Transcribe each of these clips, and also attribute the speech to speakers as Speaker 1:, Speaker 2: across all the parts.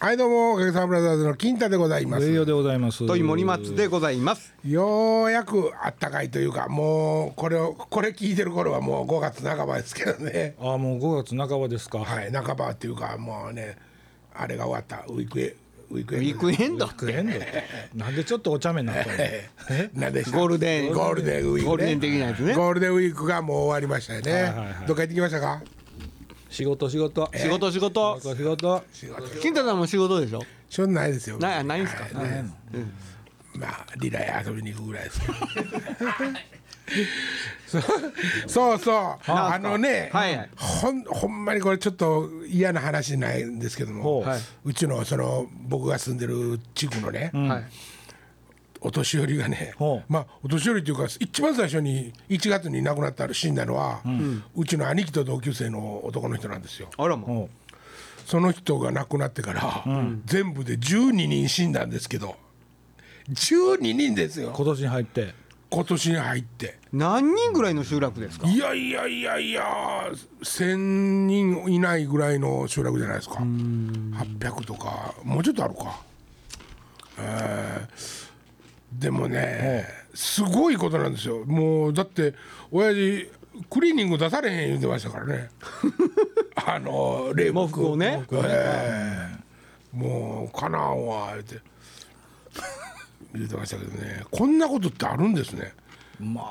Speaker 1: はいどうもおかげさまブラザーズの金太でございます
Speaker 2: 栄養でございます。
Speaker 3: とい森松でございます。
Speaker 1: ようやくあったかいというかもうこれをこれ聞いてる頃はもう5月半ばですけどね
Speaker 2: ああもう5月半ばですか。
Speaker 1: はい半ばっていうかもうねあれが終わったウィークエウィーク
Speaker 3: ウ
Speaker 1: エン
Speaker 3: ィークエンド
Speaker 2: クエンド。なんでちょっとお茶目になったの。
Speaker 1: ドなんでした
Speaker 3: ゴールデン
Speaker 1: ゴールデンウィーク、ね、
Speaker 3: ゴールデン的なやつね
Speaker 1: ゴールデンウィークがもう終わりましたよね、
Speaker 2: いはいはい
Speaker 1: どっか行ってきましたか
Speaker 2: 仕事仕事。
Speaker 3: 仕事仕事
Speaker 2: 仕。事仕事。
Speaker 3: 金太さんも仕事でしょ。
Speaker 1: しょうがないですよ
Speaker 3: ないないんすか
Speaker 1: はねまあリラへ遊びに行くぐらいですけど そうそうそうあのね、
Speaker 3: はいはい
Speaker 1: ほんほんまにこれちょっと嫌な話ないんですけども、
Speaker 2: ほうはいう
Speaker 1: ちのその僕が住んでる地区のね、
Speaker 3: はい。
Speaker 1: お年寄りがね
Speaker 2: ほう
Speaker 1: まあお年寄りというか一番最初に1月に亡くなった死んだのは、うちの兄貴と同級生の男の人なんですよ
Speaker 3: あらも
Speaker 2: も
Speaker 1: その人が亡くなってから、全部で12人死んだんですけど12人です
Speaker 2: う
Speaker 1: よ
Speaker 2: 今年に入って。
Speaker 1: 今年に入って。
Speaker 3: う何人ぐらいの集落ですか。
Speaker 1: いやいやいやいや1,000人いないぐらいの集落じゃないですか800とかもうちょっとあるか、えーでもねすごいことなんですよもうだって親父クリーニング出されへん言ってましたからねあの冷
Speaker 3: 喪服をね。
Speaker 1: もうかなわんわ言って言ってましたけどねこんなことってあるんですね
Speaker 2: ま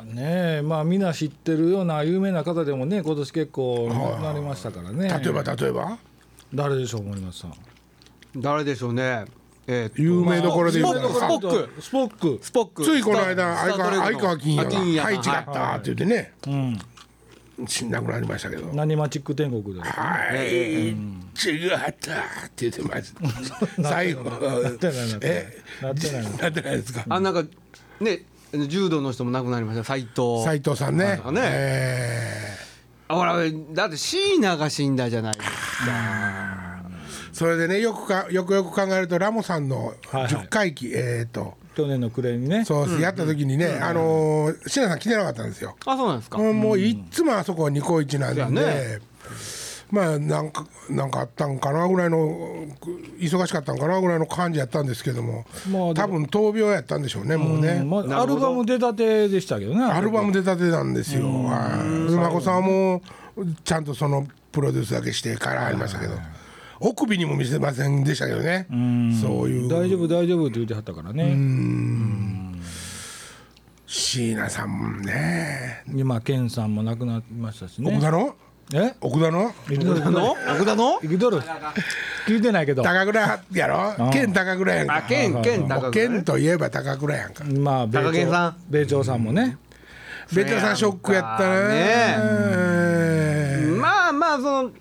Speaker 2: あねまあみんな知ってるような有名な方でもね今年結構亡くなりましたからね。
Speaker 1: 例えば例えば
Speaker 2: 誰でしょう森松さん。
Speaker 3: 誰でしょうね。えーっと
Speaker 1: 有名どころで
Speaker 3: ス
Speaker 1: 言
Speaker 3: ポ
Speaker 1: うと
Speaker 3: ックスポッ
Speaker 2: スポッ
Speaker 3: ク
Speaker 2: ク。
Speaker 3: スポック。
Speaker 1: ついこの間
Speaker 3: スタ
Speaker 1: 相
Speaker 3: ートレ
Speaker 1: 川
Speaker 3: ー
Speaker 1: 相
Speaker 3: ルの
Speaker 1: 川金
Speaker 3: あ金
Speaker 1: 也が「
Speaker 3: 也
Speaker 1: はい違っ
Speaker 3: さん
Speaker 1: た」って言ってね、
Speaker 2: うん。
Speaker 1: 死んなくなりましたけど「
Speaker 2: 何マチック天国で。
Speaker 1: はい違った」って言ってました最後な
Speaker 2: ってないなってない
Speaker 1: え
Speaker 2: なってない
Speaker 1: なってないですか
Speaker 3: あなんかね柔道の人も亡くなりました斉藤。
Speaker 1: 斉藤さんね
Speaker 3: あね
Speaker 1: えー
Speaker 3: あほらだって椎名が死んだじゃないですか。
Speaker 1: それでねよくかよくよく考えるとラモさんの
Speaker 2: はいはい
Speaker 1: 10回忌、えっ、と
Speaker 2: 去年の暮れにね。
Speaker 1: そうですやった時にね、あのー椎名さん来てなかったんですよ
Speaker 3: あそうなんですか。
Speaker 1: もうもういっつもあそこはニコイチなんで、
Speaker 3: そうやね
Speaker 1: まあなんかなんかあったんかなぐらいのく忙しかったんかなぐらいの感じやったんですけども、
Speaker 2: まあ
Speaker 1: 多分闘病やったんでしょうねもうね、
Speaker 2: まあ、アルバム出たてでしたけどね。
Speaker 1: アルバム出たてなんですよはい馬子さんはもうちゃんとそのプロデュースだけしてからありましたけど奥首にも見せませんでしたけどねそういう
Speaker 2: 大丈夫大丈夫って言ってはったからね。
Speaker 1: 椎名さんもね
Speaker 2: 今ケンさんも亡くなりましたし
Speaker 1: 奥
Speaker 2: ね。
Speaker 1: 田の
Speaker 2: え？
Speaker 1: 奥田の
Speaker 2: 生きとる
Speaker 3: あの奥田の
Speaker 2: 生きとる。聞いてないけど。
Speaker 1: 高倉やろ県高倉やん
Speaker 3: あ
Speaker 1: か
Speaker 3: 健健
Speaker 1: も
Speaker 3: 高
Speaker 1: う
Speaker 3: く
Speaker 1: 県といえば高倉やんか
Speaker 2: まあ米
Speaker 3: 高木
Speaker 2: 朝
Speaker 3: さん
Speaker 2: 米朝さんもね。
Speaker 1: ベテランさんショックやったなね
Speaker 3: まあまあそのね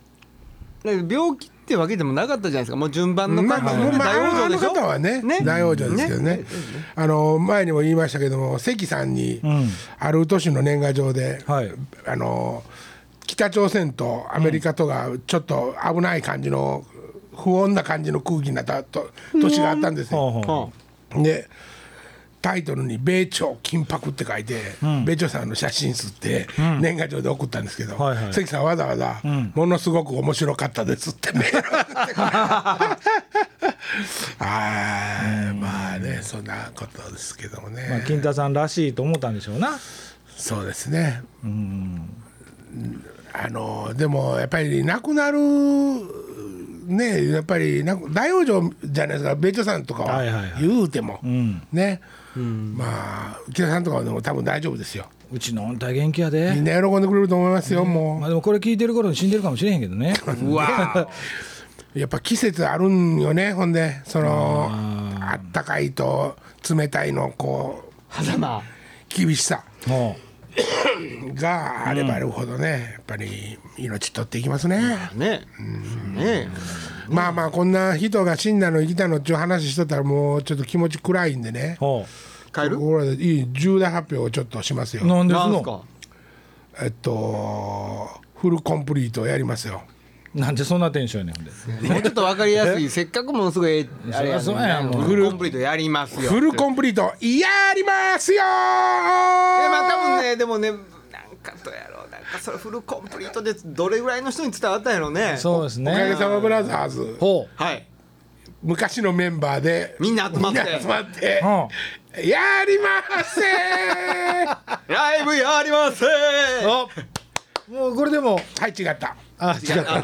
Speaker 3: 病気ってわけでもなかったじゃないですかもう順番の
Speaker 1: まあ、
Speaker 3: 感
Speaker 1: ま
Speaker 3: じ
Speaker 1: ああの
Speaker 3: で大往生でしょ、
Speaker 1: 方はね
Speaker 3: ね
Speaker 1: 大往生ですけどねあの前にも言いましたけども関さんに、ある都市の年賀状で、
Speaker 2: はい
Speaker 1: あの北朝鮮とアメリカとがちょっと危ない感じの不穏な感じの空気になったと都市があったんですよ。
Speaker 2: ほうほう
Speaker 3: うん
Speaker 1: でタイトルに「米朝緊迫」って書いて、米朝さんの写真吸って年賀状で送ったんですけど、
Speaker 2: はいはい
Speaker 1: 関さんわざわざ、ものすごく面白かったです」ってメールを送 ってくれあーまあねそんなことですけどもね、
Speaker 2: まあ金太さんらしいと思ったんでしょうな。
Speaker 1: そうですね。あのでもやっぱり亡くなるねやっぱりなく大往生じゃないですか米朝さんとかは
Speaker 2: はいはいはい
Speaker 1: 言うても、ね、まあ北さんとかはでも多分大丈夫ですよ
Speaker 2: うちの音体元気や
Speaker 1: み
Speaker 2: で
Speaker 1: ん。な喜んでくれると思いますよ、
Speaker 2: ま
Speaker 1: も
Speaker 2: あでもこれ聞いてる頃に死んでるかもしれへんけどね。
Speaker 3: うわ
Speaker 1: うやっぱ季節あるんよねほんでそのあったかいと冷たいのこう
Speaker 3: 狭間
Speaker 1: 厳しさ
Speaker 2: も
Speaker 1: があればあるほどね、やっぱり命取っていきますね。
Speaker 3: ねね
Speaker 1: まあまあこんな人が死んだの生きたのっていう話しとったらもうちょっと気持ち暗いんでね
Speaker 2: う。ほ
Speaker 3: 帰る
Speaker 1: ここらでいい重大発表をちょっとしますよ
Speaker 2: う。なんです
Speaker 3: なんす
Speaker 2: の
Speaker 3: か。
Speaker 1: えっとフルコンプリートをやりますよ
Speaker 2: なんでそんなテンションやねんほ んで。
Speaker 3: もうちょっとわかりやすいせっかくものすごいあれや
Speaker 2: そりゃそうやもう
Speaker 3: フルコンプリートやりますよ
Speaker 1: フルコンプリートやりますよ
Speaker 3: えまあ多分ねでもねなんかどうやろうなんかそれフルコンプリートでどれぐらいの人に伝わったんやろうね
Speaker 2: そうです
Speaker 1: おかげ
Speaker 2: ね。
Speaker 1: さまブラザーズ
Speaker 2: ほう。
Speaker 3: はい
Speaker 1: 昔のメンバーで
Speaker 3: みんな集まって
Speaker 1: みんな集まって
Speaker 2: うん
Speaker 1: やりませ んは
Speaker 3: ライブやりません
Speaker 2: あもうこれでも
Speaker 1: い違った
Speaker 2: あ違った
Speaker 3: や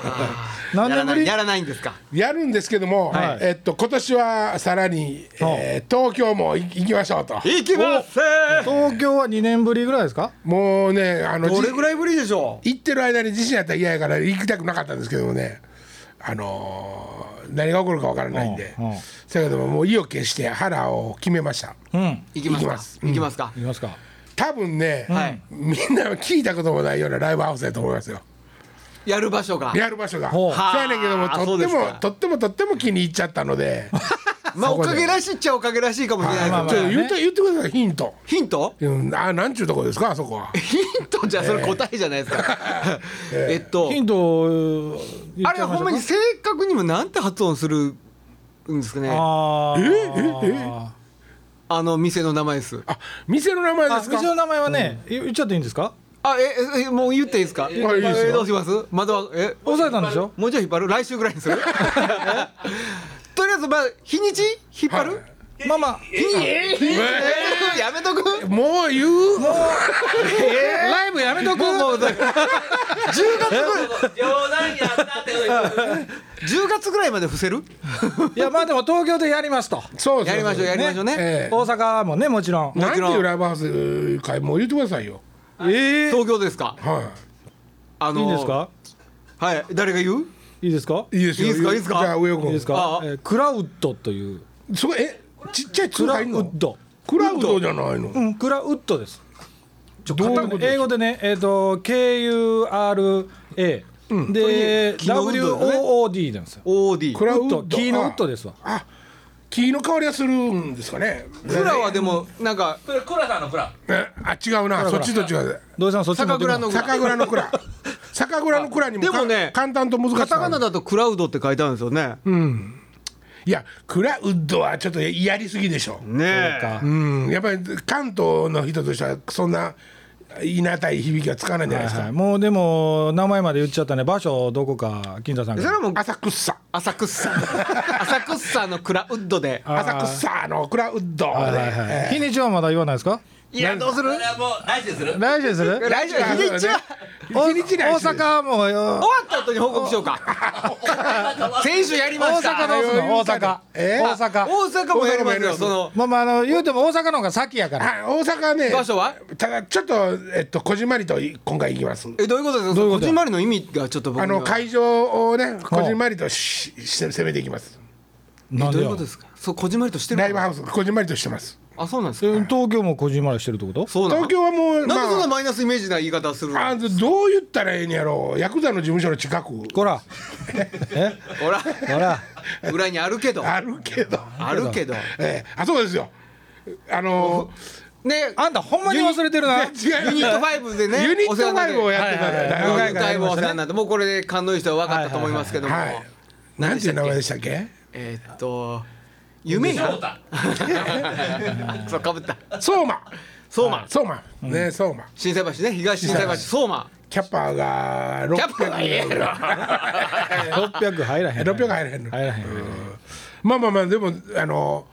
Speaker 2: 何
Speaker 3: ら
Speaker 2: 年
Speaker 3: な
Speaker 2: ぶ
Speaker 3: い
Speaker 2: り
Speaker 3: やらないんですか
Speaker 1: やるんですけども、
Speaker 2: はい
Speaker 1: えっと今年はさらに、えー東京も行行きましょうと
Speaker 3: 行きません
Speaker 2: 東京は2年ぶりぐらいですか
Speaker 1: もうねあの
Speaker 3: どれ
Speaker 1: じ
Speaker 3: ぐらいぶりでしょう
Speaker 1: 行ってる間に自信やったら嫌やから行きたくなかったんですけどもねあのー何が起こるかわからないんで
Speaker 2: うんうん
Speaker 1: そやけどももう意を決して腹を決めました
Speaker 2: うん
Speaker 3: 行きま
Speaker 1: 行
Speaker 3: す
Speaker 1: き
Speaker 3: か
Speaker 1: ます
Speaker 3: 行きますか
Speaker 2: いきますか
Speaker 1: 多分ね、
Speaker 3: はい
Speaker 1: みんな聞いたこともないようなライブハウスだと思いますよ
Speaker 3: やる場所が
Speaker 1: やる場所が
Speaker 2: ほ
Speaker 1: そううやねんけども
Speaker 3: はあ
Speaker 1: とって
Speaker 3: そうです
Speaker 1: も
Speaker 3: か
Speaker 1: とってもとっても気に入っちゃったので
Speaker 3: まあおかげらしいっちゃおかげらしいかもしれない
Speaker 2: まあ
Speaker 3: です
Speaker 2: ま
Speaker 3: け
Speaker 2: あ
Speaker 3: ど
Speaker 2: ね
Speaker 1: 言って言ってくださいヒント、
Speaker 3: ヒント
Speaker 1: うん、あなんちゅうとこですかあそこは
Speaker 3: ヒントじゃそれ答えじゃないですかえっと
Speaker 2: ヒントを言
Speaker 3: あ
Speaker 2: っち
Speaker 3: れ
Speaker 2: ゃいましょうか
Speaker 3: ほんまに正確にもなんて発音するんですかね
Speaker 2: あー
Speaker 1: えええ
Speaker 3: あの店の名前です
Speaker 1: あ店の名前
Speaker 2: あ
Speaker 1: ですか
Speaker 2: 店の名前はね、言っちゃっていいんですか
Speaker 3: あえええもう言っていいですか
Speaker 1: いいですよ
Speaker 3: えどうしますまだえ
Speaker 2: 抑えたんでしょ
Speaker 3: もうちょい引っ張る来週ぐらいにするとりあえずまあ日にち引っ張る、
Speaker 1: はい
Speaker 2: まあまあ
Speaker 3: えーやめとく
Speaker 1: もう言う
Speaker 2: ライブやめとく
Speaker 3: もうもうだから10月ぐらい
Speaker 4: 冗談やったってこと言ってる
Speaker 3: 10月ぐらいまで伏せる
Speaker 2: いやまあでも東京でやりますと
Speaker 1: そうそうそう
Speaker 3: やりましょうやりましょうね
Speaker 1: ええ
Speaker 2: 大阪もねもちろん
Speaker 1: なん
Speaker 3: も
Speaker 1: て
Speaker 3: ちろん
Speaker 1: いうライブハウスかもう言ってくださいよ
Speaker 2: ええ
Speaker 3: 東京ですか
Speaker 1: は
Speaker 3: あの
Speaker 2: いいんですか
Speaker 3: はい誰が言う
Speaker 2: いいですか
Speaker 1: いいいですよ
Speaker 3: いいですかいいですか
Speaker 1: じゃあ上尾
Speaker 2: いい
Speaker 1: 君
Speaker 2: です
Speaker 3: あ
Speaker 2: か
Speaker 3: あ
Speaker 2: えークラウドという
Speaker 1: すごいえちっちゃい
Speaker 2: ク
Speaker 1: 通
Speaker 2: ラウ
Speaker 1: 入んの
Speaker 2: ド
Speaker 1: クラウドじゃないの、
Speaker 2: うんクラウドです
Speaker 1: ちょどういうことです
Speaker 2: 英語でねえっ、と KURA で、
Speaker 3: 木のウッドだね
Speaker 2: WOOD なんですよ
Speaker 3: OD
Speaker 1: クラウ
Speaker 2: ウッ
Speaker 1: ド
Speaker 2: ド木のウッドですわ
Speaker 1: ああ木の香りがするんですかね
Speaker 3: フラはでもなんか
Speaker 4: それクラさんのクラ
Speaker 1: えあ違うなそっちと違う
Speaker 2: 土井さんそっち持ってくる
Speaker 3: 酒蔵の
Speaker 1: 酒蔵の 蔵酒蔵の蔵にも
Speaker 3: でもね
Speaker 1: か簡単と難しい
Speaker 3: カタカナだとクラウドって書いてあるんですよね、
Speaker 1: いやクラウドはちょっとやりすぎでしょ
Speaker 3: ねえ
Speaker 1: うんやっぱり関東の人としてはそんな稲たい響きはつかないんじゃないですか、
Speaker 2: はい、もうでも名前まで言っちゃったね場所どこか金田さん
Speaker 3: それ
Speaker 2: が
Speaker 3: はもう
Speaker 1: 浅草
Speaker 3: 浅草浅草のクラウッドで
Speaker 2: あー
Speaker 1: 浅草のクラウドで、
Speaker 2: はいはいはい日にちはまだ言わないですか
Speaker 3: いやどうす
Speaker 4: そ
Speaker 3: る
Speaker 4: れはもう大事でする
Speaker 2: 来週でする
Speaker 3: 来週日にちは
Speaker 2: お
Speaker 1: 日にち
Speaker 2: 大阪も
Speaker 3: 終
Speaker 2: よ
Speaker 3: わった後に報告しようか先週やりま
Speaker 2: 大
Speaker 3: した
Speaker 2: 阪どうすんの大阪
Speaker 1: えー
Speaker 2: 大阪
Speaker 3: 大阪もやりますよその
Speaker 2: まあまああの言うても大阪の方が先やから
Speaker 1: あ大阪ね
Speaker 3: 場所は
Speaker 1: ただちょっとえっとこじんまりと今回行きます
Speaker 3: えどういうことですか
Speaker 2: どういうこ
Speaker 3: ことじんまりの意味がちょっと僕
Speaker 1: あ
Speaker 3: には
Speaker 1: の会場をねこじんまりとしし攻めていきます
Speaker 2: な
Speaker 3: え
Speaker 2: ん
Speaker 3: ど
Speaker 2: で
Speaker 3: ういう
Speaker 2: よ
Speaker 3: ことですかそうこじんまりとしてる
Speaker 1: ライブハウスこじんまりとしてます
Speaker 3: あそうなんです
Speaker 2: え
Speaker 3: か
Speaker 2: 東京もこじんまりしてるってこと
Speaker 3: そうなの
Speaker 1: 東京はもう
Speaker 3: なんでそんな
Speaker 1: ま
Speaker 3: マイナスイメージな言い方するの
Speaker 1: ああどう言ったらええんやろうヤクザの事務所の近く
Speaker 2: こらえ
Speaker 3: ほら
Speaker 2: こら
Speaker 3: 裏にあるけど
Speaker 1: あるけど
Speaker 3: あるけど
Speaker 1: ええあそうですよあの
Speaker 3: ね
Speaker 2: あんたほんまに忘れてるな
Speaker 1: 違う
Speaker 3: ユニット5でね
Speaker 1: ユニッ
Speaker 3: お
Speaker 1: ト
Speaker 3: 世話になっ
Speaker 1: 5をやってた
Speaker 2: はいはいは
Speaker 1: 大学
Speaker 2: い
Speaker 3: だい
Speaker 1: で
Speaker 3: ぶ
Speaker 2: はい
Speaker 3: だいぶお世話になってもうこれで感動した人は分かったと思いますけども
Speaker 1: はいなんていう名前でしたっけ
Speaker 3: えーっと夢
Speaker 4: 翔
Speaker 3: が
Speaker 4: 太
Speaker 3: そうかぶった
Speaker 1: 相馬
Speaker 3: 相馬
Speaker 1: 相馬ね相馬
Speaker 3: 心斎橋ね東心斎橋相馬
Speaker 1: キャッパーが
Speaker 3: キャップが言え
Speaker 1: 600
Speaker 3: る
Speaker 2: 600入らへん
Speaker 1: 600入らへんの
Speaker 2: 入らへん入らへん
Speaker 1: まあまあまあでもあの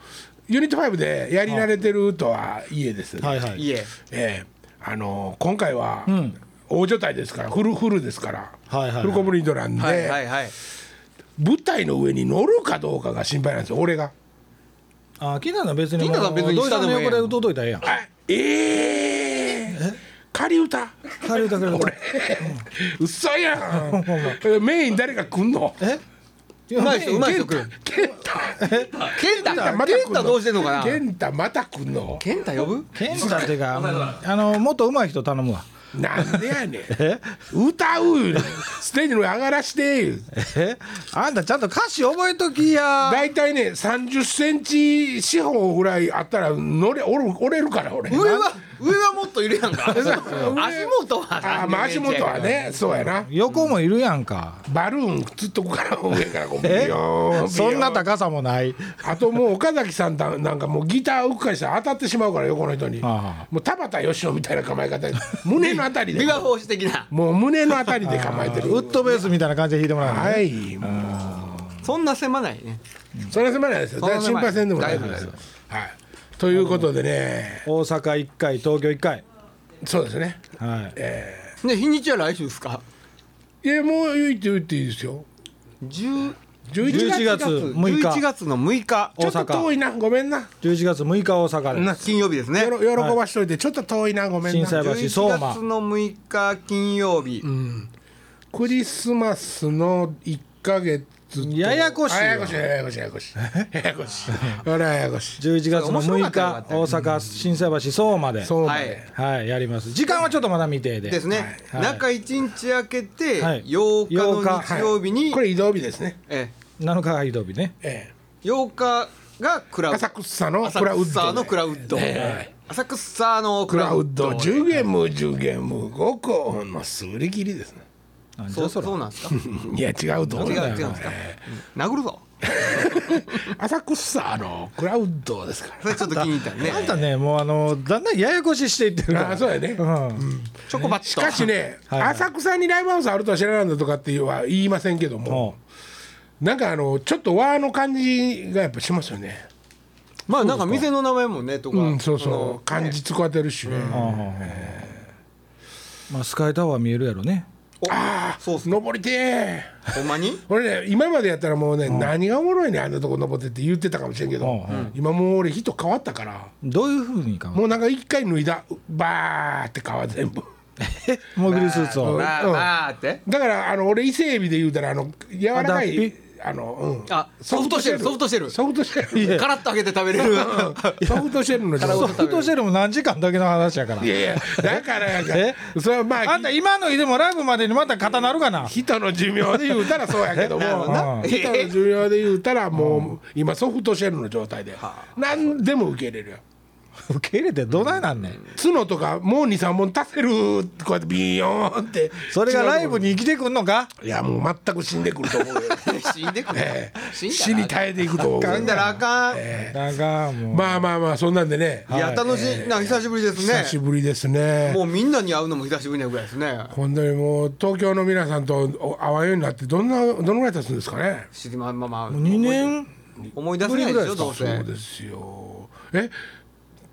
Speaker 1: ユニット5でやり慣れてるとはいえですね
Speaker 2: はいはい
Speaker 3: いえ
Speaker 1: ええあの今回は
Speaker 2: ん
Speaker 1: 大所帯ですからフルフルですから
Speaker 2: はいはい
Speaker 1: フルコンプリートなんで、
Speaker 3: はいはいはい
Speaker 1: 舞台の上に乗るかどうかが心配なんですよ俺が。
Speaker 2: あ金田さん別に
Speaker 3: 金田さん別に
Speaker 2: 土井
Speaker 3: 下
Speaker 2: さ
Speaker 3: で
Speaker 2: ん
Speaker 3: も
Speaker 2: の
Speaker 3: ええやん
Speaker 2: 横で歌うといたらええやん
Speaker 1: あえー、仮歌
Speaker 2: 入るだけだから
Speaker 1: 嘘やんえメイン誰が来んの
Speaker 2: え
Speaker 3: うまい人うまい人来る
Speaker 1: ケンタ
Speaker 3: 健太
Speaker 1: また
Speaker 3: 健
Speaker 1: 来ん
Speaker 3: 太どうしてんのかな
Speaker 1: ケンタまた来んの
Speaker 3: 健太呼ぶ
Speaker 2: ケンタっていうか、あの、もっと上手い人頼むわ。
Speaker 1: なんでやねん歌うよステージの上上がらして言う
Speaker 2: え、あんたちゃんと歌詞覚えときや。
Speaker 1: 大体ね30センチ四方ぐらいあったら乗れ折る折れるから俺
Speaker 3: 上は上はもっといるや んか足元は
Speaker 1: あまあ足元はねそうやな
Speaker 2: 横もいるやんか。
Speaker 1: バルーンつっとくから上からこうビヨ
Speaker 2: え
Speaker 1: ーンビヨー、ン
Speaker 2: そんな高さもない。
Speaker 1: あともう岡崎さんだなんかもうギターうっかりしたら当たってしまうから横の人に
Speaker 2: はあはあ
Speaker 1: もう田畑義雄みたいな構え方で胸のあたりで
Speaker 3: ビバ法師的な
Speaker 1: もう胸のあたりで構えて
Speaker 2: ウ
Speaker 1: る
Speaker 2: ッドベースみたいな感じで弾いてもらうのね。
Speaker 1: はいもう
Speaker 3: そんな狭ないね
Speaker 1: それは狭ないですよ
Speaker 3: そんな
Speaker 1: 心
Speaker 3: 狭い
Speaker 1: 配せんでも大丈夫ですよはいということでね
Speaker 2: 大阪一回東京一回
Speaker 1: そうですね
Speaker 2: はい、
Speaker 3: ね日にちは来週ですか
Speaker 1: いやもう言って言っていいですよ
Speaker 3: 10
Speaker 1: 11月
Speaker 2: 月6日
Speaker 3: 11月の6日
Speaker 1: ちょっと
Speaker 2: 大阪
Speaker 1: 遠いなごめんな
Speaker 2: 11月6日大阪で
Speaker 1: な
Speaker 2: す
Speaker 3: 金曜日ですね
Speaker 1: よろ喜ばしといてちょっと遠いなごめん
Speaker 2: 震
Speaker 1: な
Speaker 2: 災橋相
Speaker 3: 11
Speaker 2: 馬
Speaker 3: 月の6日金曜日
Speaker 1: クリスマスの1ヶ月と
Speaker 2: ややこしいわ
Speaker 1: あややこしいややこしいややこしいややこしいあれややこしい
Speaker 2: 11月の6
Speaker 3: 面
Speaker 2: 日
Speaker 3: 白かった
Speaker 2: 大
Speaker 3: よ
Speaker 2: 阪心斎橋相馬で
Speaker 1: そう
Speaker 3: は
Speaker 1: だ
Speaker 3: い
Speaker 1: ね
Speaker 2: はいやります時間はちょっとまだ未定で
Speaker 3: ですね
Speaker 2: はい
Speaker 3: 中1日明けて
Speaker 2: はい
Speaker 3: 8日の
Speaker 2: 8
Speaker 3: 日曜日に
Speaker 1: これ移動日ですね
Speaker 3: え
Speaker 2: 7日が移動日ね
Speaker 1: え
Speaker 3: え8日がク
Speaker 1: え
Speaker 3: ラウド
Speaker 1: 浅草の
Speaker 3: 浅
Speaker 1: クラウッ
Speaker 3: 草
Speaker 1: ド
Speaker 3: の
Speaker 1: で
Speaker 3: クラウッド浅草のク
Speaker 1: ク
Speaker 3: ラ
Speaker 1: ラ
Speaker 3: ウ
Speaker 1: ウ
Speaker 3: ッ
Speaker 1: ッド
Speaker 3: ド
Speaker 1: 10ゲーム10ゲーム5個のすり切りですね
Speaker 2: なんじ
Speaker 3: そ
Speaker 2: ゃ
Speaker 3: う
Speaker 2: そら
Speaker 3: そうなんですか
Speaker 1: いや違うと思う
Speaker 3: 違う
Speaker 1: な
Speaker 3: 違うんですか殴るぞ
Speaker 1: 浅草のクラウドですか
Speaker 3: それちょっと気に入った
Speaker 2: あん
Speaker 3: ね
Speaker 2: たねもうあのだんだんややこししていってるから
Speaker 1: らあそうやね
Speaker 2: うん
Speaker 3: チョコバット
Speaker 1: しかしね
Speaker 2: はいはい
Speaker 1: 浅草にライブハウスあるとは知らなんだとかっていうは言いませんけど
Speaker 2: も
Speaker 1: もなんかあのちょっと和の感じがやっぱしますよね
Speaker 3: まあなんか店の名前もねとか
Speaker 1: うんそう
Speaker 3: あの
Speaker 1: そう漢字使ってるしね
Speaker 2: ううんうんうんまあスカイタワー見えるやろね
Speaker 3: そうっす
Speaker 1: 登りてえ
Speaker 3: ほんまに
Speaker 1: 俺ね今までやったらもうね何がおもろいねんあんなとこ登ってって言ってたかもしれんけ
Speaker 2: う
Speaker 1: ど
Speaker 2: んうん
Speaker 1: 今もう俺人変わったから
Speaker 2: どういうふうにか
Speaker 1: もうなんか一回脱いだバーって川全部
Speaker 2: モビルスーツを
Speaker 3: まあまあって
Speaker 1: だからあの俺伊勢海老で言うたらあの柔らか
Speaker 2: あ脱
Speaker 1: いあのうん
Speaker 3: あソフトシェルソフトシェル
Speaker 1: ソフトシェル
Speaker 3: カラッと揚げて食べれる
Speaker 1: ソフトシェルの状
Speaker 2: ソ
Speaker 1: 態
Speaker 2: フトシェルも何時間だけの話やから
Speaker 1: いやいやだからやんか
Speaker 2: え
Speaker 1: それはまあ
Speaker 2: あんた今のでもライブまでにまた肩なるかな
Speaker 1: 人の寿命で言うたらそうやけど
Speaker 3: なるほどな
Speaker 1: も人の寿命で言うたらもう今ソフトシェルの状態で何でも受け入れるよ
Speaker 2: 受け入れてどないなんねん
Speaker 1: 角とかもう23本足せるこうやってビヨーンって
Speaker 2: それがライブに生きてくんのか
Speaker 1: いやもう全く死んでくると思うよ
Speaker 3: 死んでく
Speaker 1: え
Speaker 3: れ
Speaker 1: え
Speaker 3: 死
Speaker 1: 死
Speaker 3: んだ
Speaker 1: に
Speaker 3: ら
Speaker 1: 耐えていくと思う
Speaker 3: 死んだらあかん
Speaker 2: なんかもう
Speaker 1: まあまあまあそんなんでね
Speaker 3: いや楽しいな久しぶりです
Speaker 1: 久し
Speaker 3: ね
Speaker 1: ぶりですね
Speaker 3: もうみんなに会うのも久しぶりなぐらいですね
Speaker 1: 本当にもう東京の皆さんと会わんようになってどんなどのぐらい経つんですかね
Speaker 3: 知りままあまあ
Speaker 2: 2年
Speaker 3: 思い出せないでしょどう
Speaker 1: そ
Speaker 3: せ
Speaker 1: うですよえ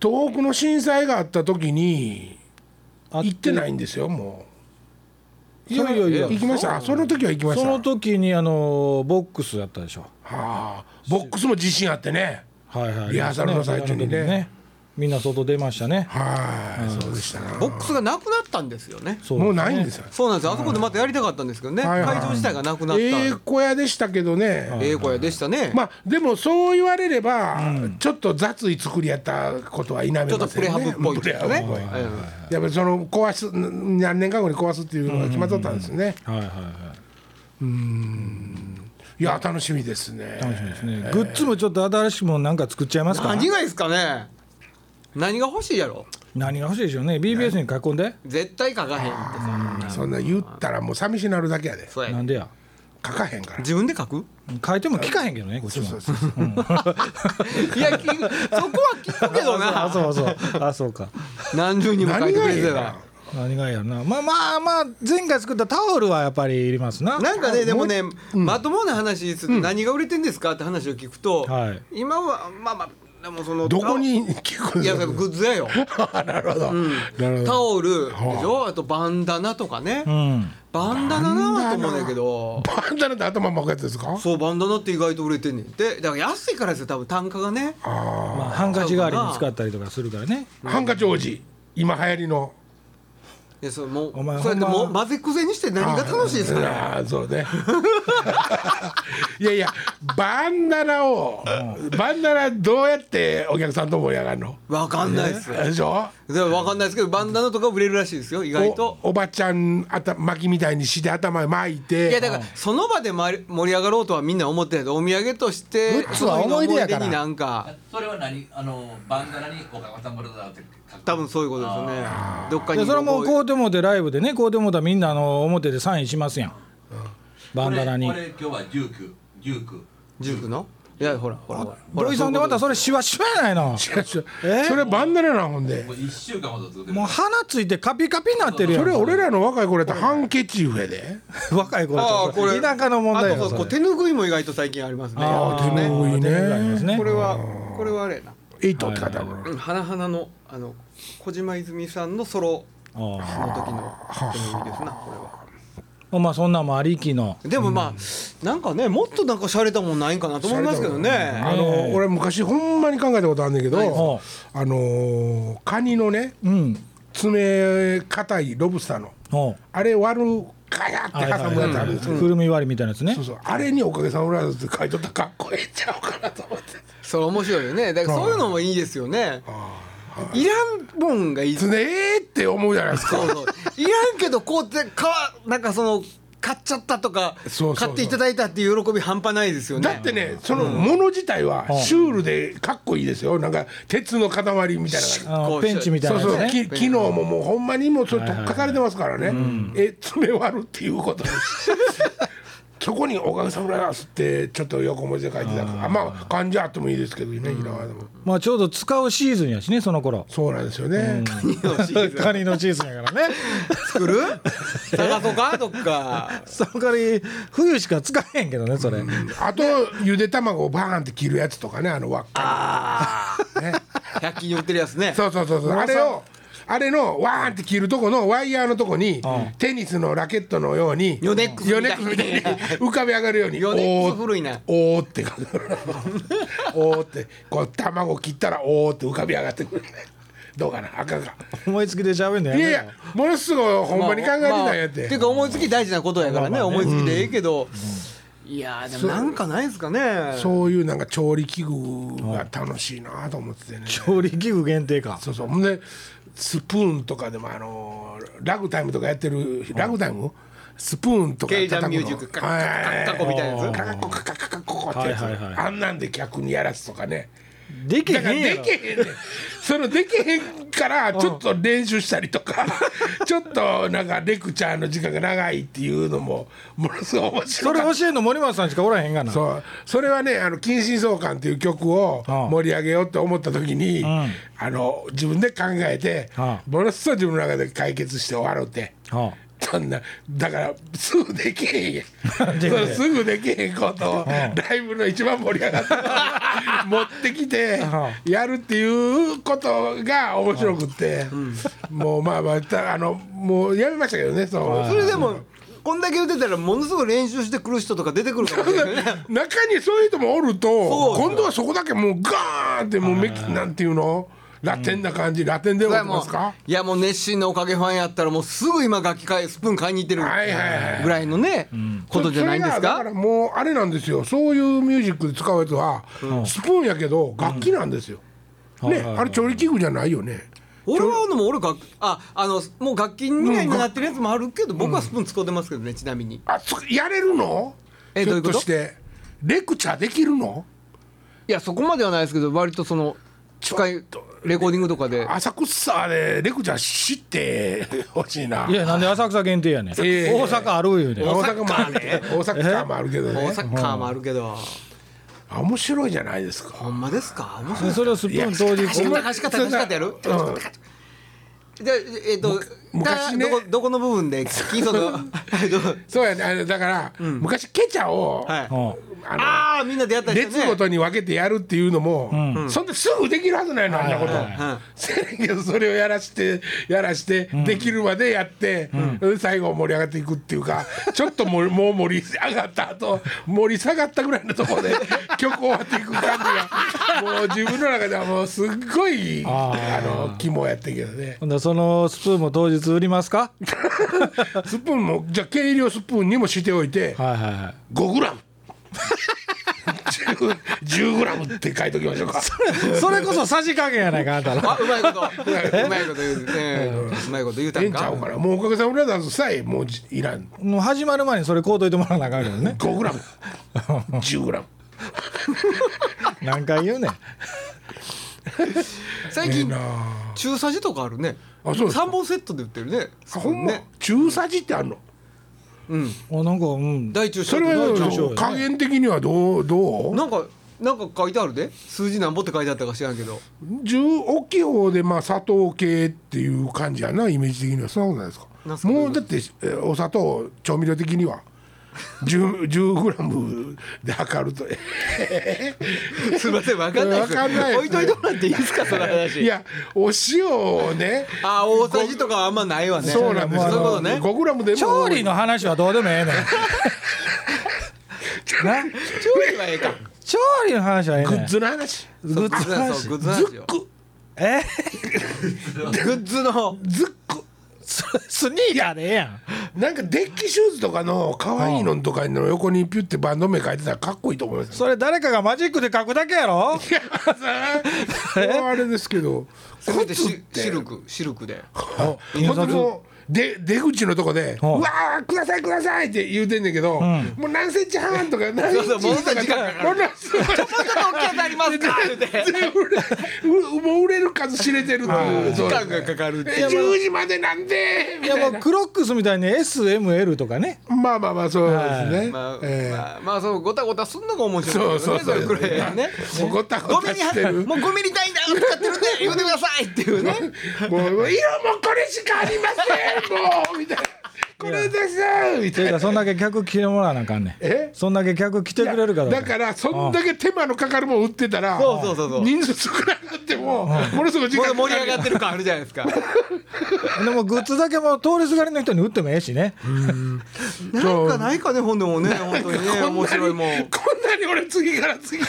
Speaker 1: 東北の震災があった時に
Speaker 2: あ
Speaker 1: 行ってないいんですよもう
Speaker 2: いやいやいや
Speaker 1: 行きましたあその時は行きました
Speaker 2: その時にあのボックスやったでしょ
Speaker 1: はあボックスも地震あってね
Speaker 2: はいはい
Speaker 1: リハーサルの最中にね
Speaker 2: リハーサルの時みんな外出ましたね
Speaker 1: はい、そうでしたな
Speaker 3: ボックスがなくなったんですよね
Speaker 2: そ
Speaker 1: もう
Speaker 2: ですね
Speaker 1: ないんですよ
Speaker 3: そうなんですよあそこでまたやりたかったんですけどね
Speaker 1: はいは
Speaker 3: 会
Speaker 1: い
Speaker 3: 場自体がなくなった
Speaker 1: ええ
Speaker 3: え
Speaker 1: 小屋でしたけどね、
Speaker 3: え小屋でしたね
Speaker 1: まあでもそう言われれば、ちょっと雑い作りやったことは否めませんね
Speaker 3: ちょっとプレハブっぽい
Speaker 1: プ
Speaker 3: で
Speaker 1: レ
Speaker 3: す
Speaker 1: ハ
Speaker 3: ね
Speaker 1: ブ
Speaker 3: ね
Speaker 1: っぽいやっぱりその壊す何年か後に壊すっていうのが決まっとったんですね、
Speaker 2: はいはいはい
Speaker 1: いや楽しみですね
Speaker 2: 楽しみですね、グッズもちょっと新しくもなんか作っちゃいますか
Speaker 3: 何がいいですかね何が欲しいやろ
Speaker 2: 何が欲しいでしょうね BBS に書き込んで
Speaker 3: 絶対書かへんってさ
Speaker 1: そんな言ったらもう寂しなるだけやで
Speaker 3: そう
Speaker 2: な
Speaker 3: や
Speaker 2: んでや
Speaker 1: 書かへんから
Speaker 3: 自分で書く
Speaker 2: 書いても聞かへんけどねこっちも
Speaker 1: そうそうそう
Speaker 3: いや聞くそこは聞くけど
Speaker 2: あ
Speaker 3: な
Speaker 2: そうそう あそうか
Speaker 3: 何十人も書
Speaker 1: 何
Speaker 3: いてく
Speaker 1: が
Speaker 3: れ
Speaker 1: ええ
Speaker 3: て
Speaker 1: や
Speaker 3: た
Speaker 1: ろ
Speaker 3: ら
Speaker 2: 何がいいやろなまあまあまあ前回作ったタオルはやっぱりいりますな
Speaker 3: なんかねでもね、まともな話すると何が売れてんですかって話を聞くと、
Speaker 2: はい
Speaker 3: 今はまあまあでもその
Speaker 1: どこに聞くん
Speaker 3: い
Speaker 1: で
Speaker 3: や
Speaker 1: す
Speaker 3: グ
Speaker 1: か
Speaker 3: ッズやよ
Speaker 1: なるほど、なるほ
Speaker 3: タ
Speaker 1: ど
Speaker 3: オルでしょあとバンダナとかね、
Speaker 2: うん
Speaker 3: バンダナなと思うんだけど
Speaker 1: バンダナって頭巻くやつですか
Speaker 3: そうバンダナって意外と売れてんねんでだから安いからですよ多分単価がね
Speaker 1: あ
Speaker 2: まあ、ハンカチ代わりに使ったりとかするからね
Speaker 1: あハンカチ王子今流行りの
Speaker 3: いやそれもう
Speaker 2: お前
Speaker 3: そうやっても
Speaker 2: ほん
Speaker 3: う
Speaker 2: ま
Speaker 3: 混ぜくぜにして何が楽しいですかね
Speaker 1: ああそうね いやいやバンダナをバンダナどうやってお客さんと盛り上がるの
Speaker 3: わかんないです
Speaker 1: でしょ
Speaker 3: でもわかんないですけどバンダナとか売れるらしいですよ意外と
Speaker 1: おおばちゃんあた巻きみたいにして頭に巻いて
Speaker 3: いやだからその場でまり盛り上がろうとはみんな思ってないお土産として
Speaker 2: グッズは思い出やから
Speaker 3: その日の思い出になんか
Speaker 4: それは何あのバンダナにおかさんもらったって書く
Speaker 3: 多分そういうことですよねどっか
Speaker 2: で
Speaker 3: に
Speaker 2: それはもうこ
Speaker 3: う
Speaker 2: うてもうてライブでねこうてもうたらみんなあの表でサインしますやんバンダナに
Speaker 4: 俺俺今日は1919
Speaker 3: 19のいやほらほらほら
Speaker 2: 土井さんでまたそれシワシワやないの
Speaker 1: 違う違う
Speaker 2: え
Speaker 1: それバンダナなほんで
Speaker 4: もう一週間ほど作ってる
Speaker 2: もう鼻ついてカピカピになってるや
Speaker 1: そ
Speaker 2: ん
Speaker 1: れ俺らの若い頃やったらハンケチーフやで
Speaker 2: 若い子
Speaker 3: ああ
Speaker 2: た
Speaker 3: これ
Speaker 2: ち田舎の問題
Speaker 3: あ
Speaker 2: や
Speaker 3: とそう
Speaker 2: そ
Speaker 3: こ
Speaker 2: うれ
Speaker 3: 手ぬぐいも意外と最近ありますね
Speaker 1: あー手
Speaker 3: ね
Speaker 1: 拭いね
Speaker 2: 手拭いありますね
Speaker 3: これはこれはあれやな
Speaker 1: エイトって方も
Speaker 3: うん花々のあの小島泉さんのソロ
Speaker 2: あ
Speaker 3: の時の手ぬぐいですなこれは。
Speaker 2: あまあそんなんもありきの
Speaker 3: でもまあ、なんかねもっとなんか洒落たもんないんかなと思いますけどね。
Speaker 1: あの俺昔ほんまに考えたことあるんだけど
Speaker 2: は
Speaker 1: あのーカニのね
Speaker 2: うん
Speaker 1: 爪硬いロブスターの
Speaker 2: おう
Speaker 1: あれ割るガヤって
Speaker 2: はいはい
Speaker 1: 挟むやつあるんですけど
Speaker 2: くるみ割りみたいなやつね
Speaker 1: そうそうあれにおかげさまでって書いとったらかっこええんちゃうかなと思って
Speaker 3: それ面白いよね。だからそういうのもいいですよね。いらんもんがいい。そ
Speaker 1: 常
Speaker 3: う
Speaker 1: にええって思うじゃないですか
Speaker 3: そう。いらんけどこうってかわなんかその買っちゃったとか
Speaker 1: そうそうそう
Speaker 3: 買っていただいたっていう喜び半端ないですよ
Speaker 1: だっ
Speaker 3: ね。
Speaker 1: てねそのもの自体は
Speaker 2: うん
Speaker 1: シュールでかっこいいですよなんか鉄の塊みたいな感じ
Speaker 2: あ
Speaker 3: こう
Speaker 2: ペンチみたい
Speaker 1: そ
Speaker 2: な
Speaker 1: う
Speaker 2: や
Speaker 1: そう
Speaker 2: つ
Speaker 1: き
Speaker 2: ね
Speaker 1: 機能ももうほんまにもうそれ特化されてますからね、え爪割るっていうことです そこに「おかげさまです」ってちょっと横文字で書いてたあまあ漢字あってもいいですけどねひらがなでも
Speaker 2: まあちょうど使うシーズンやしねその頃
Speaker 1: そうなんですよね、
Speaker 2: カニのシーズンやからね
Speaker 3: 作る？探そうかとか。
Speaker 2: その代わり冬しか使えへんけどねそれ
Speaker 1: あとゆで卵をバーンって切るやつとかねあの輪っか
Speaker 3: ああ。
Speaker 1: ね
Speaker 3: 百均に売ってるやつね。
Speaker 1: そうそうそうそうあれをあれのワーンって切るとこのワイヤーのとこに、テニスのラケットのように
Speaker 3: ヨネックス
Speaker 1: ヨ
Speaker 3: み
Speaker 1: ネ
Speaker 3: た
Speaker 1: ッ
Speaker 3: い
Speaker 1: ク
Speaker 3: に
Speaker 1: スみたいに浮かび上がるように
Speaker 3: ヨネッ
Speaker 1: お
Speaker 3: クス
Speaker 1: ー
Speaker 3: 古いな。
Speaker 1: おーって書くおーってこう卵切ったらおーって浮かび上がってくるどうかなあかんか
Speaker 2: 思いつきで喋んのや
Speaker 1: い
Speaker 2: めろ
Speaker 1: やいやものすごいほんまに考えてたんやっ
Speaker 3: まあ
Speaker 1: て、
Speaker 3: ていうか思いつき大事なことやからね思いつきでええけどいやーでもなんかないですかね
Speaker 1: そういうなんか調理器具が楽しいなと思っててね、
Speaker 2: 調理器具限定か
Speaker 1: そうそうほんでスプーンとかでもあのラグタイムとかやってるラグタイムスプーンとか
Speaker 3: ケイジ
Speaker 1: 叩く
Speaker 3: ャン
Speaker 1: の
Speaker 3: ミュージックカッカ
Speaker 1: はい
Speaker 3: ッカッカッコみたいなやつ
Speaker 1: カッコカッカッカッコってやつ、
Speaker 2: はいはいはい
Speaker 1: あんなんで客にやらすとかね
Speaker 2: できへ
Speaker 1: だから
Speaker 2: んや
Speaker 1: で
Speaker 2: ろ
Speaker 1: きへんねんそのできへんからちょっと練習したりと かちょっとなんかレクチャーの時間が長いっていうのもものすごい面白
Speaker 2: そ
Speaker 1: か
Speaker 2: れ
Speaker 1: った
Speaker 2: 教えんの森松さんしかおらへんがな
Speaker 1: そうそれはね「あの近親相関」っていう曲を
Speaker 2: ああ
Speaker 1: 盛り上げようって思った時に、
Speaker 2: ん
Speaker 1: あの自分で考えて、
Speaker 2: ああ
Speaker 1: ものすごい自分の中で解決して終わろうって。
Speaker 2: はあ
Speaker 1: そんなだからすぐできへんやん
Speaker 2: できへん
Speaker 1: そうすぐできへんことをライブの一番盛り上がった持ってきて
Speaker 2: う
Speaker 1: やるっていうことが面白くって、もうまあまあたあのもうやめましたけどねその
Speaker 3: それでもこんだけ言ってたらものすごい練習してくる人とか出てくるかもしれないね
Speaker 1: 中にそういう人もおると
Speaker 3: そうそう
Speaker 1: 今度はそこだけもうガーンってもうメキなんていうのラテンな感じ、ラテンで
Speaker 3: そ
Speaker 1: も
Speaker 3: れ
Speaker 1: あ
Speaker 3: は
Speaker 1: り
Speaker 3: も
Speaker 1: ま
Speaker 3: う
Speaker 1: すか
Speaker 3: いやもう熱心なおかげファンやったらもうすぐ今楽器買いスプーン買いに行ってる
Speaker 1: はいはいはい
Speaker 3: ぐらいのねことじゃないんです
Speaker 1: それがだか
Speaker 3: から
Speaker 1: もうあれなんですよそういうミュージックで使うやつは、スプーンやけど楽器なんですよ、ね、あれ調理器具じゃないよね
Speaker 3: 俺はでも俺楽ああのもう楽器みたいになってるやつもあるけど僕はスプーン使ってますけどねちなみに
Speaker 1: あつやれるの
Speaker 3: え
Speaker 1: ひ
Speaker 3: どうい
Speaker 1: ょっ
Speaker 3: うこと
Speaker 1: してレクチャーできるの
Speaker 3: いやそこまではないですけど割とその使いレコーディングとかで
Speaker 1: 浅草でレクチャー知って ほしいない
Speaker 2: やなんで浅草限定やねん大
Speaker 1: ええ
Speaker 2: 阪あるいうねん
Speaker 1: 大阪もあるけど大阪もあるけど
Speaker 3: 大
Speaker 1: ね
Speaker 3: 阪もあるけど
Speaker 1: あ面白いじゃないですか
Speaker 3: ほんまですか面白い
Speaker 2: でそれをスプーン当
Speaker 3: 貸し
Speaker 2: 日
Speaker 3: 方貸し方貸し方やる
Speaker 1: うん
Speaker 3: じゃあえっと
Speaker 1: 昔ね
Speaker 3: だどこどこの部分で金層 のえっと
Speaker 1: そうやねあれだから、昔ケチャを、
Speaker 3: はい
Speaker 2: うん
Speaker 1: あの
Speaker 3: ああみんな出会ったりし
Speaker 1: 列
Speaker 3: て
Speaker 1: ご
Speaker 3: ね
Speaker 1: とに分けてやるっていうのも、そんですぐできるはずないのあんなこと、
Speaker 3: はい
Speaker 1: せやねんけどそれをやらしてやらして、できるまでやって、最後盛り上がっていくっていうか ちょっともうもう盛り上がった後盛り下がったぐらいのところで曲終わっていく感じがもう自分の中ではもうすっごいあ
Speaker 2: あ
Speaker 1: の肝やってんけどね
Speaker 2: ほんならそのスプーンも当日売りますか
Speaker 1: スプーンもじゃあ計量スプーンにもしておいて
Speaker 2: はいはいはい
Speaker 1: 5グラム 10, 10グラムって書いときましょうか。
Speaker 2: それこそさじ加減やないかあんたら
Speaker 3: あうまいこと うまいこと言うねうまいこと言うた
Speaker 1: ええ
Speaker 3: ん
Speaker 1: んちゃう
Speaker 3: か
Speaker 1: からもうおかげさまでだとさえもうじいらん
Speaker 2: もう始まる前にそれこうといてもらわなあかんけど ね
Speaker 1: 5グラム10グラム
Speaker 2: 何回言うねん
Speaker 3: 最近中さじとかあるね
Speaker 1: あそうです
Speaker 3: 三本セットで売ってるね
Speaker 1: あほんま
Speaker 3: ね
Speaker 1: 中さじってあんの
Speaker 2: おなんかうん
Speaker 3: 大中小
Speaker 1: それ
Speaker 3: 大
Speaker 1: は
Speaker 3: 中
Speaker 2: 丈夫
Speaker 1: 加減的にはどうどう
Speaker 3: なんかなんか書いてあるで数字なんぼって書いてあったか知らんけど
Speaker 1: 10大きい方でまあ砂糖系っていう感じやなイメージ的にはそんなことないですか
Speaker 3: なんすか
Speaker 1: もうだってえーお砂糖調味料的には 10, 10グラムで測ると
Speaker 3: すいませんわかんないです
Speaker 1: わかんないです
Speaker 3: 置いといてもらっていいですかその話
Speaker 1: いやお塩をね
Speaker 3: あ大さじとかはあんまないわね
Speaker 1: そうなんです
Speaker 3: そういうこと
Speaker 1: よ、
Speaker 3: ね
Speaker 1: 5グラムでも
Speaker 2: 調理の話はどうでもええねん な
Speaker 3: 調理はええか
Speaker 2: 調理の話はええ
Speaker 1: グ
Speaker 2: ねん
Speaker 1: ッズの話
Speaker 2: グッズの
Speaker 3: そう
Speaker 2: 話
Speaker 3: グッズ
Speaker 1: ズ
Speaker 3: の話よ
Speaker 1: ック
Speaker 2: え
Speaker 3: グッズの
Speaker 1: ズック
Speaker 2: ススニーカーでええやん
Speaker 1: なんかデッキシューズとかの可愛いのんとかの横にピュってバンド名書いてたらかっこいいと思い ます
Speaker 2: それ誰かがマジックで書くだけやろ
Speaker 1: いやそれはあれですけど
Speaker 3: せめて
Speaker 1: 靴
Speaker 3: シ
Speaker 1: って
Speaker 3: シルクシルクで
Speaker 1: ほんともうで出口のとこで「う
Speaker 2: はい
Speaker 1: わーくださいください」って言うてんねんけど、もう何センチ半とか何インチと
Speaker 3: そ
Speaker 1: か
Speaker 3: うそうもうちょっと時間かかる
Speaker 1: もうなんすごい
Speaker 3: もうちょっと大きいやつあります かって言って
Speaker 1: 全部売れうもう売れる数知れてるっていう
Speaker 3: 時間がかかるって
Speaker 1: え10時までなんで
Speaker 2: い
Speaker 1: みたい
Speaker 2: や
Speaker 1: な
Speaker 2: もうクロックスみたいに SML とかね
Speaker 1: まあまあまあそうですね、
Speaker 3: まあ、
Speaker 1: えー
Speaker 3: まあ、まあ、そう、ごたごたすんのが面白いけどね、
Speaker 1: そうそうそう
Speaker 3: れくらいね。
Speaker 1: もうごたご
Speaker 3: ごめ
Speaker 1: た
Speaker 3: んに入
Speaker 1: し
Speaker 3: ってて
Speaker 1: る
Speaker 3: る。もうごめんに単位だ、使ってるんで、言うてくださいっていう ね。
Speaker 1: もうもう色もこれしかありませんもうみたいなこれですみ
Speaker 2: て
Speaker 1: た
Speaker 2: い
Speaker 1: い
Speaker 2: うか
Speaker 1: な
Speaker 2: そんだけ客来てもらわなあかんねん
Speaker 1: え
Speaker 2: そんだけ客来てくれるから
Speaker 1: だからそんだけ手間のかかるもん売ってたら
Speaker 3: そうそうそうそう
Speaker 1: 人数少なくってもものすごい時間かかる
Speaker 3: 盛り上がってる感あるじゃないですか。
Speaker 2: でもグッズだけも通りすがりの人に売ってもええしね
Speaker 3: なんかないかね、本で もね、本当にね、
Speaker 1: こんなに
Speaker 3: 面白いもん。
Speaker 1: こんなに俺次から次へ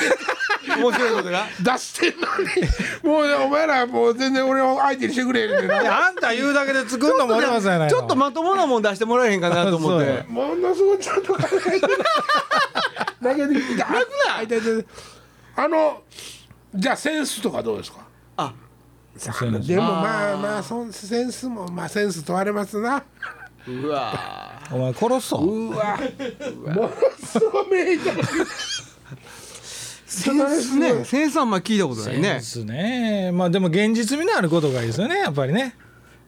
Speaker 3: 面白いことが。
Speaker 1: 出してんのにもうねお前らもう全然俺を相手にしてくれへんねん
Speaker 2: い
Speaker 1: な
Speaker 2: やあんた言うだけで作るのも俺もそうやない
Speaker 3: ちょっと
Speaker 2: 待
Speaker 3: まともなもん出してもらえへんかなと思っ
Speaker 2: そうや
Speaker 3: て。
Speaker 1: ものすごいちゃんと考えてだけどあのじゃあセンスとかどうですか
Speaker 3: あ、
Speaker 1: でもまあまあそんセンスもまあセンス問われますな
Speaker 3: うわ
Speaker 2: お前殺すぞ
Speaker 1: うわものすごい名言
Speaker 3: センスね、センスあんま聞いたことない
Speaker 2: で
Speaker 3: ね。
Speaker 2: すねまあでも現実味のあることがいいですよねやっぱりね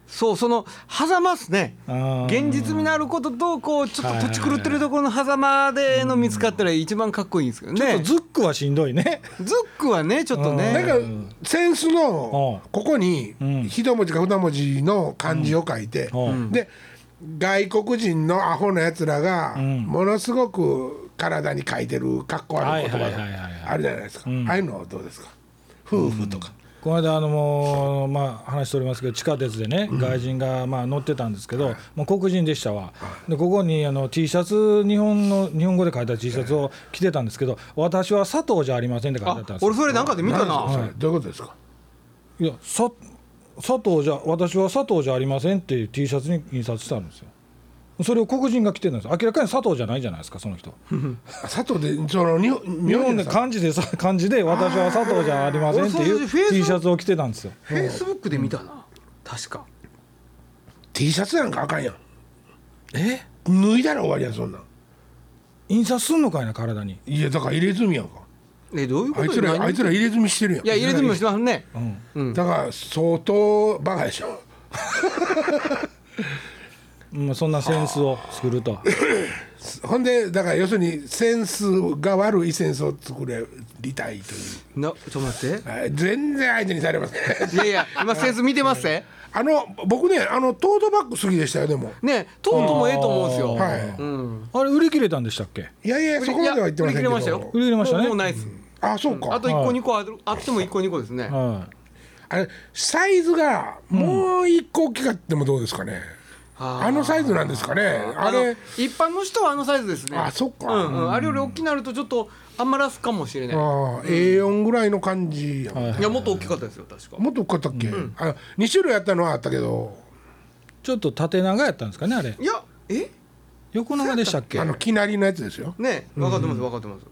Speaker 3: そう、その狭間っすね。
Speaker 2: うん
Speaker 3: 現実味のあることと、こう、ちょっと土地狂ってるところの狭間での見つかったら、一番かっこいいんですけどね。
Speaker 2: ズックはしんどいね
Speaker 3: ズックはねちょっとね
Speaker 1: なんかセンスの
Speaker 2: うん
Speaker 1: ここに
Speaker 2: ん
Speaker 1: 一文字か二文字の漢字を書いて
Speaker 2: うんうん
Speaker 1: で外国人のアホなやつらが
Speaker 2: ん
Speaker 1: ものすごく体に書いてるかっこ悪い言葉
Speaker 2: はいはいはいはいはい
Speaker 1: があるじゃないですか
Speaker 2: ん
Speaker 1: ああいうのはどうですか夫婦とか
Speaker 2: この間あのもうまあ話しておりますけど地下鉄でね外人がまあ乗ってたんですけど、もう黒人でしたわでここにあの T シャツ日本の日本語で書いた T シャツを着てたんですけど「私は佐藤じゃありません」って書いてあったんで
Speaker 3: あ
Speaker 2: すよ
Speaker 3: 俺それなんかで見た
Speaker 1: 何ですか
Speaker 3: な
Speaker 1: それどういうことですか
Speaker 2: いやさ佐藤じゃ私は佐藤じゃありませんっていう T シャツに印刷してあるんですよそれを黒人が着てるんですよ明らかに佐藤じゃないじゃないですかその人
Speaker 1: 佐藤でその日本
Speaker 2: 日
Speaker 1: 日
Speaker 2: 本
Speaker 1: 本で
Speaker 2: で
Speaker 1: さ
Speaker 2: 漢字でさ 漢字で「私は佐藤じゃありません」ってい
Speaker 3: 俺
Speaker 2: う
Speaker 3: それ Facebook
Speaker 2: T シャツを着てたんですよ
Speaker 3: フェイスブックで見たな確か
Speaker 1: T シャツなんかあかんやん
Speaker 2: え
Speaker 1: 脱いだら終わりやんそんなん
Speaker 2: 印刷すんのかいな体に
Speaker 1: いやだから入れ墨やんか
Speaker 3: えどういうこ
Speaker 1: あ
Speaker 3: と
Speaker 1: いつら
Speaker 3: 何
Speaker 1: あいつら入れ墨してるやん
Speaker 3: いや入れてみもしてますね
Speaker 1: だから相当バカでしょ
Speaker 2: うん、そんなセンスを作る と。
Speaker 1: ほんでだから要するにセンスが悪いセンスを作りたいという
Speaker 3: なちょっと待って
Speaker 1: はい全然相手にされません
Speaker 3: いやいや今センス見てますね
Speaker 1: あの僕ねあのトートバッグ好きでしたよでも
Speaker 3: ねトートもええと思うんですよ、
Speaker 1: はいう
Speaker 3: ん
Speaker 2: あれ売り切れたんでしたっけ？
Speaker 1: いやいやそこまでは言ってません
Speaker 3: い
Speaker 1: けど
Speaker 3: や売り切れましたよ
Speaker 2: 売り切れましたね
Speaker 3: もうもうないです
Speaker 1: あそうか
Speaker 3: あ
Speaker 1: あ
Speaker 3: と一個二個あるあっても一個二個ですね
Speaker 2: は
Speaker 1: れサイズがもう一個大きかってもどうですかね、
Speaker 3: あー
Speaker 1: あのサイズなんですかねあ
Speaker 3: あの
Speaker 1: れ
Speaker 3: 一般の人はあのサイズですね
Speaker 1: あそっか
Speaker 3: うんうんあれより大きなるとちょっと余らすかもしれない
Speaker 1: あー A4 ぐらいの感じやん、
Speaker 2: い。はい
Speaker 3: やもっと大きかったですよ確か
Speaker 1: もっと大きかったっけ、あ2種類あったのはあったけど
Speaker 2: い。ちょっと縦長やったんですかねあれ？
Speaker 3: いやえ
Speaker 2: 横長でしたっけ
Speaker 1: あ？のきなりのやつですよ
Speaker 3: ね分かってます分かってます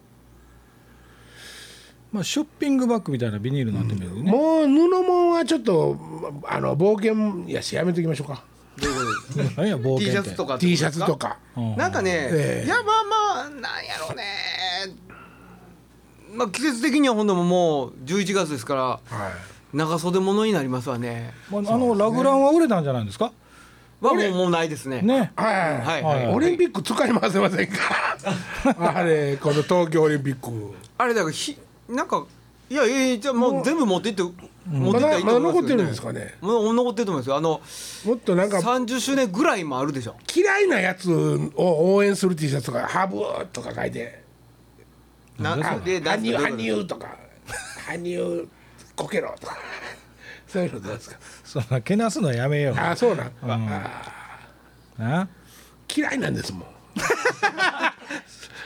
Speaker 2: まあショッピングバッグみたいなビニールになってるけどね。
Speaker 1: もう布もんはちょっとあの冒険やしやめときましょうか
Speaker 3: どういうことです
Speaker 2: 何や冒
Speaker 3: T シ
Speaker 2: 険っ
Speaker 3: ャツ
Speaker 2: て
Speaker 3: と。か
Speaker 1: T シャツとか
Speaker 2: うん
Speaker 3: なんかね、
Speaker 1: ええ
Speaker 3: いやまあまあなんやろうねまあ季節的にはほんでももう11月ですから
Speaker 1: はい
Speaker 3: 長袖ものになりますわね
Speaker 2: まああのラグランは売れたんじゃないですか？
Speaker 3: はもうもうないですね
Speaker 2: ね。
Speaker 1: はい
Speaker 3: はい、
Speaker 2: は
Speaker 3: はいい
Speaker 1: オリンピ ック使い回せませんかあれこの東京オリンピック
Speaker 3: あれだからひなんかいやいやいやじゃあもう全部持ってって持って
Speaker 1: ま
Speaker 3: ったらい
Speaker 1: だ
Speaker 3: い
Speaker 1: ま
Speaker 3: と
Speaker 1: だ
Speaker 3: 思
Speaker 1: 残っ
Speaker 3: います
Speaker 1: て
Speaker 3: け
Speaker 1: る
Speaker 3: ど
Speaker 1: ん
Speaker 3: ね
Speaker 1: ですかね
Speaker 3: もう残ってると思いますよあの
Speaker 1: もっとなんか
Speaker 3: 30周年ぐらいもあるでしょ
Speaker 1: 嫌いなやつを応援する T シャツとか「ハブ」とか書いて
Speaker 3: な
Speaker 1: 「あ羽
Speaker 3: で何
Speaker 1: 生
Speaker 3: どういう
Speaker 1: 羽生」とか「羽生こけろ」とか そういうのどうですか
Speaker 2: そんなけなすのやめよ
Speaker 1: ああそうなん、あ
Speaker 2: うな
Speaker 1: 嫌いなんですもん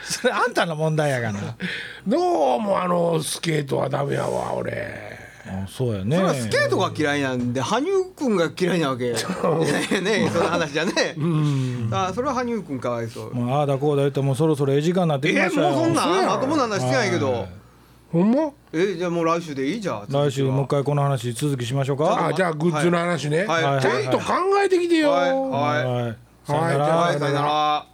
Speaker 2: それあんたの問題やが な
Speaker 1: どうもあのスケートはダメやわ俺
Speaker 2: あそうやね
Speaker 3: それはスケートが嫌いなんで羽生君が嫌いなわけ ねえその話じゃねえあそれは羽生君かわいそう
Speaker 2: まあ、ああだこうだ言ってもうそろそろええ時間になってき
Speaker 3: え
Speaker 2: ま
Speaker 3: ー
Speaker 2: したよ、
Speaker 3: もうそん
Speaker 1: そうや
Speaker 3: な
Speaker 1: ろ
Speaker 3: まともな話してないけど
Speaker 1: ほんま
Speaker 3: えーじゃあもう来週でいいじゃん
Speaker 2: 来週もう一回この話続きしましょうか
Speaker 1: あじゃあグッズの話ね、
Speaker 3: はい
Speaker 1: ちゃんと考えてきてよ、
Speaker 3: はいはい
Speaker 2: はい、さよな
Speaker 1: はいじゃ
Speaker 2: ら
Speaker 1: あ
Speaker 3: はいさよなら